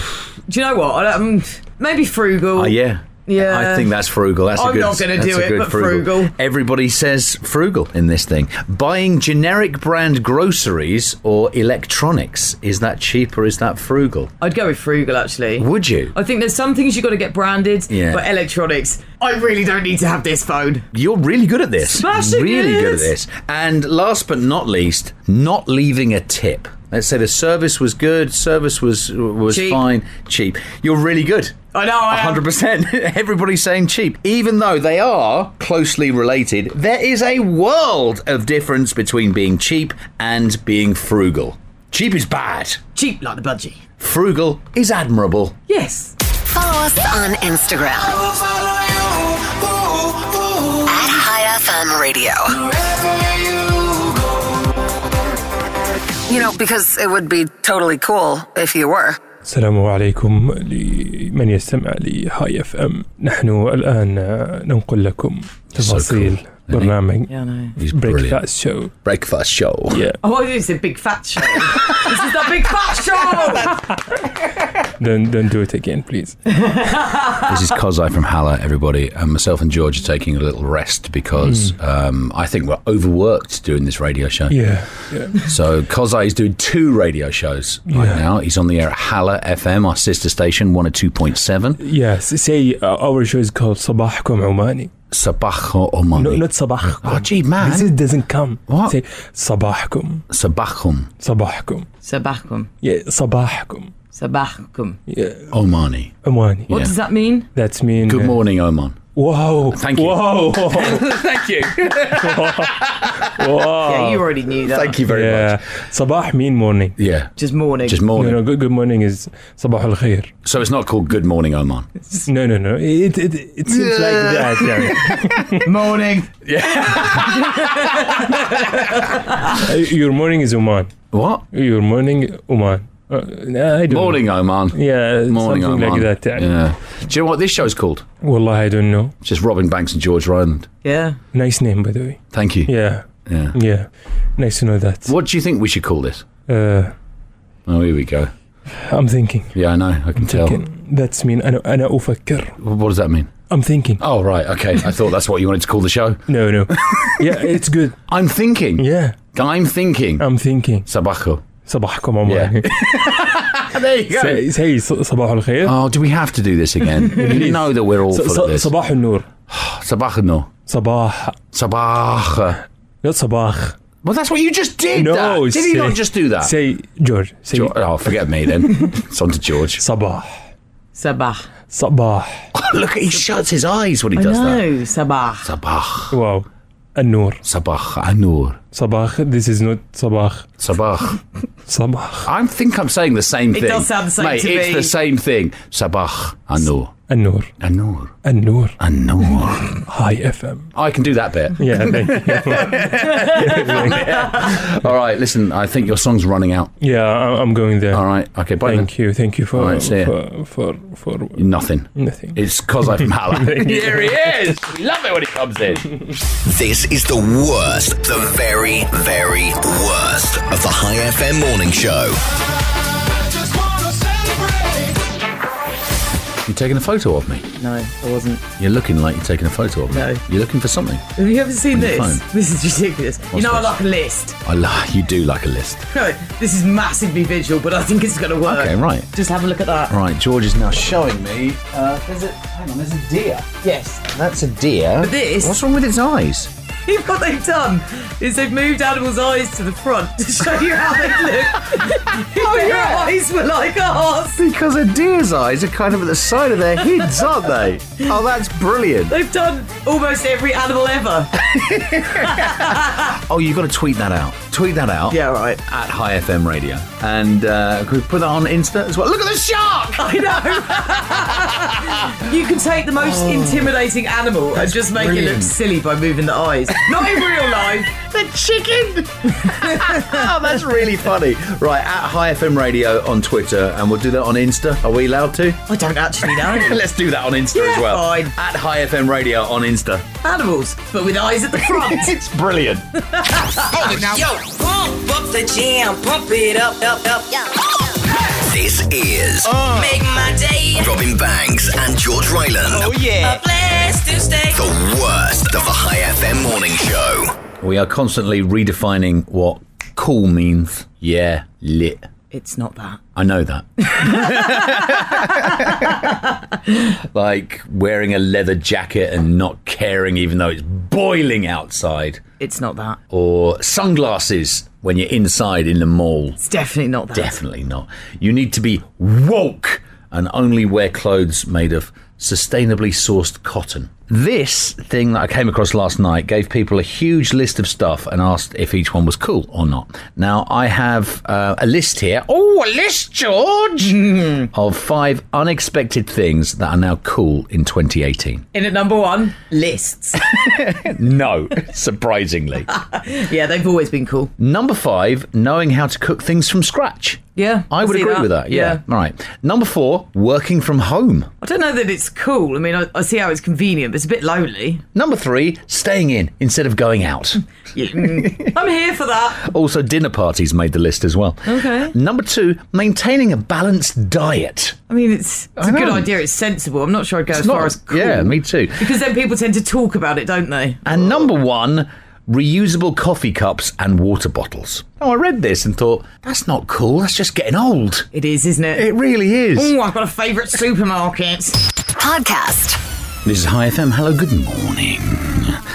S4: you know what? I don't- Um, maybe frugal.
S3: Oh, yeah.
S4: Yeah.
S3: I think that's frugal. That's a
S4: I'm
S3: good.
S4: not gonna
S3: that's
S4: do
S3: a
S4: it,
S3: good
S4: but frugal.
S3: Everybody says frugal in this thing. Buying generic brand groceries or electronics is that cheap or is that frugal?
S4: I'd go with frugal actually.
S3: Would you?
S4: I think there's some things you've got to get branded,
S3: Yeah.
S4: but electronics, I really don't need to have this phone.
S3: You're really good at this.
S4: Smashing
S3: really
S4: it.
S3: good at this. And last but not least, not leaving a tip. Let's say the service was good, service was was
S4: Cheap.
S3: fine, cheap. You're really good.
S4: I know.
S13: Um,
S4: I am.
S3: 100%. Everybody's saying cheap. Even though they are closely related, there is a world of difference between being cheap and being frugal. Cheap is bad.
S4: Cheap like the budgie.
S3: Frugal is admirable.
S4: Yes.
S2: Follow us on Instagram. At High FM Radio. You know, because it would be totally cool if you were.
S13: السلام عليكم لمن يستمع لهاي اف ام نحن الان ننقل لكم تفاصيل برنامج
S4: Yeah, I know.
S13: بريكفاست شو
S3: Breakfast show.
S13: Yeah.
S4: Oh, what is this? Big fat show. this is the big fat show.
S13: Don't, don't do it again, please.
S3: this is Kozai from Hala, everybody. And myself and George are taking a little rest because um, I think we're overworked doing this radio show.
S13: Mm. Yeah. yeah.
S3: So Kozai is doing two radio shows right now. He's on the air at Hala FM, our sister station, 102.7.
S13: Yes, say uh, our show is called صباحكم عماني.
S3: Sabaho Omani.
S13: No, not صباحكم.
S3: Oh, gee, man.
S13: This is, doesn't come.
S3: What?
S13: Say صباحكم.
S3: Sabahum.
S13: صباحكم.
S4: Sabahkum.
S13: Yeah, صباحكم.
S4: Sabahkum.
S13: Yeah,
S3: Omani.
S13: عماني.
S4: What
S3: Yeah.
S4: does that mean?
S13: That's mean.
S3: Good morning, Oman.
S13: Whoa.
S3: Thank you.
S13: Whoa.
S4: Thank you.
S13: Whoa.
S4: Yeah, you already knew that.
S3: Oh. Thank you very much.
S13: yeah. صباح mean morning.
S3: Yeah.
S4: Just morning.
S3: Just
S13: No,
S3: morning.
S13: no, good, good morning is صباح الخير.
S3: So it's not called Good Morning, Oman.
S13: No, no, no. It, it, it seems like that. Yeah.
S4: morning.
S13: Uh, Your morning is Oman.
S3: What?
S13: Your morning, Oman. Uh, I don't
S3: Morning, Oman.
S13: Know. Yeah,
S3: Morning,
S13: something
S3: Oman.
S13: like that. Yeah.
S3: Yeah. Do you know what this show's called?
S13: Wallah, I don't know.
S3: It's just Robin Banks and George Ryland.
S4: Yeah.
S13: Nice name, by the way.
S3: Thank you.
S13: Yeah.
S3: Yeah.
S13: Yeah. Nice to know that.
S3: What do you think we should call this?
S13: Uh,
S3: oh, here we go.
S13: I'm thinking.
S3: Yeah, I know. I can tell.
S13: Thinking. That's mean. أنا أنا أفكر.
S3: What does that mean?
S13: I'm thinking.
S3: Oh, right. Okay. I thought that's what you wanted to call the show.
S13: No, no. yeah, it's good.
S3: I'm thinking.
S13: Yeah. Oh.
S3: I'm thinking.
S13: I'm thinking.
S3: Sabako.
S13: صباحكم عمر. Ah,
S3: there you go.
S13: Say say ص- صباح الخير.
S3: Oh, do we have to do this again? you know that we're awful
S13: ص-
S3: at this.
S13: صباح النور.
S3: Sabah no.
S13: صباح.
S3: Sabah.
S13: Not صباح.
S3: Well, that's what you just did. that.
S13: No.
S3: Did he not
S13: say-
S3: just do that?
S13: Say George. Say
S3: George, oh, forget me then. it's on to George.
S13: صباح.
S4: Sabah.
S13: صباح.
S3: Oh, look, he shuts his eyes when he
S4: I
S3: does that.
S4: know, Sabah.
S3: Sabah.
S13: Wow. النور.
S3: Sabah. Anur.
S13: صباح. This is not صباح.
S3: Sabah.
S13: صباح.
S3: I think I'm saying the same
S4: It
S3: thing.
S4: does sound the same
S3: Mate,
S4: to
S3: it's
S4: me.
S3: the same thing. Sabah. Anur.
S13: النور.
S3: Anur.
S13: النور.
S3: Anur.
S13: High FM.
S3: I can do that bit.
S13: Yeah. Thank you.
S3: All right, listen, I think your song's running out.
S13: yeah. I- I'm going there.
S3: All right. Okay, bye
S13: Thank you. Thank you for
S3: All right, see ya.
S13: for, for for
S3: then. Nothing.
S13: nothing.
S3: It's because I'm Malak. Here he is. We love it when he comes in.
S8: This is the worst, the very, very worst of the High FM morning show.
S3: You're taking a photo of me.
S4: No, I wasn't.
S3: You're looking like you're taking a photo of me.
S4: No.
S3: You're looking for something.
S4: Have you ever seen
S3: On your
S4: this?
S3: phone.
S4: This is ridiculous. you
S3: What's
S4: know, I
S3: this?
S4: like a list.
S3: I li- you do like a list.
S4: No, this is massively visual, but I think it's going to work.
S3: Okay, right.
S4: Just have a look at that.
S3: Right, George is now showing me. Uh, there's a hang on, there's a deer.
S4: Yes.
S3: That's a deer.
S4: But this-
S3: What's wrong with its eyes?
S4: what they've done is they've moved animals' eyes to the front to show you how they look. oh, Their
S3: yeah.
S4: eyes were like ours.
S3: Because a deer's eyes are kind of at the side of their heads, aren't they? Oh, that's brilliant.
S4: They've done almost every animal ever.
S3: Oh, you've got to tweet that out. Tweet that out
S4: yeah, right.
S3: at High FM Radio, and uh, could we put that on Insta as well? Look at the shark.
S4: I know. you can take the most intimidating animal and just make it
S3: Oh. brilliant.
S4: look silly by moving the eyes. Not in real life.
S3: The chicken! oh, that's really funny. Right, at High FM Radio on Twitter, and we'll do that on Insta. Are we allowed to?
S4: I don't actually know.
S3: Let's do that on Insta as
S4: Yeah,
S3: well.
S4: fine.
S3: At High FM Radio on Insta.
S4: Animals, but with eyes at the front.
S3: It's brilliant.
S12: Yo, pump up the jam, pump it up, up, up.
S8: This is
S12: Make my day
S8: Robin Banks and George Ryland.
S12: a blast to stay.
S8: The worst of the High FM morning show.
S3: we are constantly redefining what cool means. Yeah, lit.
S4: It's not that.
S3: I know that. like wearing a leather jacket and not caring, even though it's boiling outside,
S4: It's not that.
S3: or sunglasses when you're inside in the mall.
S4: It's definitely not that.
S3: Definitely not. You need to be woke and only wear clothes made of sustainably sourced cotton. This thing that I came across last night gave people a huge list of stuff and asked if each one was cool or not. Now, I have uh, a list here. Oh, a list, George! Of five unexpected things that are now cool in 2018.
S4: In at number one, lists.
S3: No, surprisingly.
S4: yeah, they've always been cool.
S3: Number five, knowing how to cook things from scratch.
S4: Yeah,
S3: I
S4: I
S3: would
S4: see
S3: agree
S4: that.
S3: with that. Yeah. All right. Number four, working from home.
S4: I don't know that it's cool. I mean, I, I see how it's convenient, but it's a bit lonely.
S3: Number three, staying in instead of going out.
S4: Yeah. Mm. I'm here for that.
S3: also, dinner parties made the list as well.
S4: Okay.
S3: Number two, maintaining a balanced diet.
S4: I mean, it's, it's
S3: I
S4: a good
S3: know.
S4: idea. It's sensible. I'm not sure I'd go as far as cool.
S3: Yeah, me too.
S4: Because then people tend to talk about it, don't they?
S3: And number one, reusable coffee cups and water bottles. Oh, I read this and thought, that's not cool. That's just getting old.
S4: It is, isn't it?
S3: It really is.
S4: Oh, I've got a favourite supermarket.
S2: Podcast.
S3: This is High FM. Hello, good morning.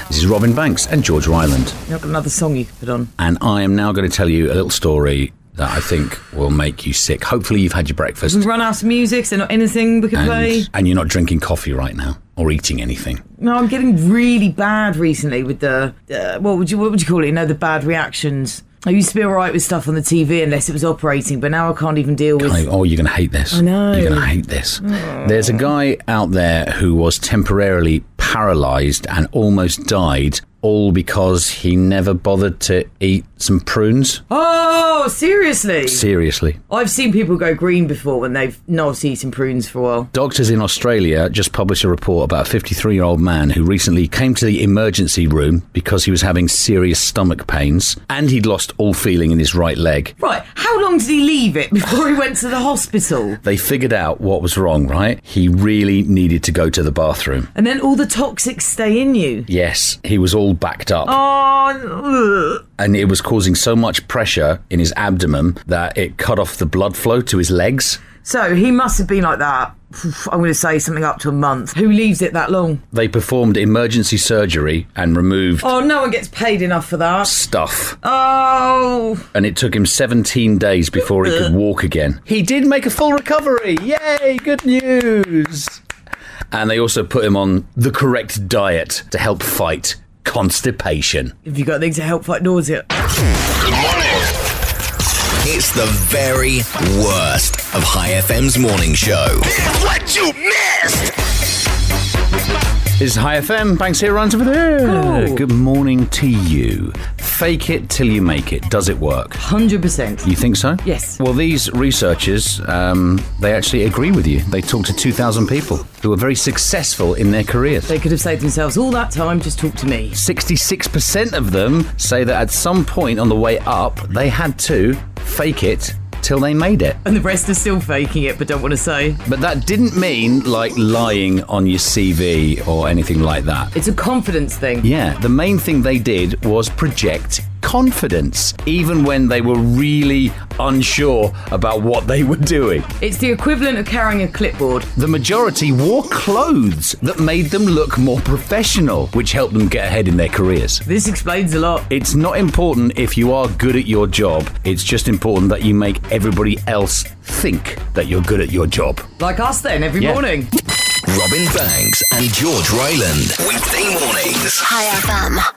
S3: This is Robin Banks and George Ryland.
S4: I've got another song you could put on.
S3: And I am now going to tell you a little story that I think will make you sick. Hopefully, you've had your breakfast.
S4: We've run out of music, so not anything we could play.
S3: and, and you're not drinking coffee right now or eating anything.
S4: No, I'm getting really bad recently with the uh, what would you what would you call it? You know, the bad reactions. I used to be alright with stuff on the TV unless it was operating, but now I can't even deal with.
S3: I- oh, you're going to hate this.
S4: I know.
S3: You're going to hate this. There's a guy out there who was temporarily paralysed and almost died, all because he never bothered to eat some prunes.
S4: Oh, seriously?
S3: Seriously.
S4: I've seen people go green before when they've not eaten prunes for a while.
S3: Doctors in Australia just published a report about a 53 year old man who recently came to the emergency room because he was having serious stomach pains and he'd lost all feeling in his right leg.
S4: Right, how long did he leave it before he went to the hospital?
S3: They figured out what was wrong, right? He really needed to go to the bathroom.
S4: And then all the toxics stay in you.
S3: Yes, he was all backed up.
S4: Oh, ugh.
S3: And it was causing so much pressure in his abdomen that it cut off the blood flow to his legs.
S4: so he must have been like that. oof, I'm going to say something up to a month. Who leaves it that long?
S3: They performed emergency surgery and removed
S4: Oh, no one gets paid enough for that.
S3: stuff.
S4: Oh,
S3: And it took him 17 days before he could walk again. He did make a full recovery. Yay, good news. And they also put him on the correct diet to help fight constipation.
S4: have you got things to help fight nausea?
S8: It's the very worst of High FM's morning show.
S10: What you missed?
S3: This is High FM. Banks here, runs over there. Good morning to you. Fake it till you make it. Does it work?
S4: 100%.
S3: You think so?
S4: Yes.
S3: Well, these researchers, um, they actually agree with you. They talked to 2,000 people who were very successful in their careers.
S4: They could have saved themselves all that time, just talk to me.
S3: 66% of them say that at some point on the way up, they had to fake it till they made it.
S4: And the rest are still faking it, but don't want to say.
S3: But that didn't mean like lying on your CV or anything like that.
S4: It's a confidence thing.
S3: Yeah, the main thing they did was project confidence, even when they were really unsure about what they were doing.
S4: It's the equivalent of carrying a clipboard.
S3: The majority wore clothes that made them look more professional, which helped them get ahead in their careers.
S4: This explains a lot.
S3: It's not important if you are good at your job, it's just important that you make everybody else think that you're good at your job.
S4: Like us then, every
S3: Yeah.
S4: morning.
S8: Robin Banks and George Ryland. Weekday mornings.
S2: High FM.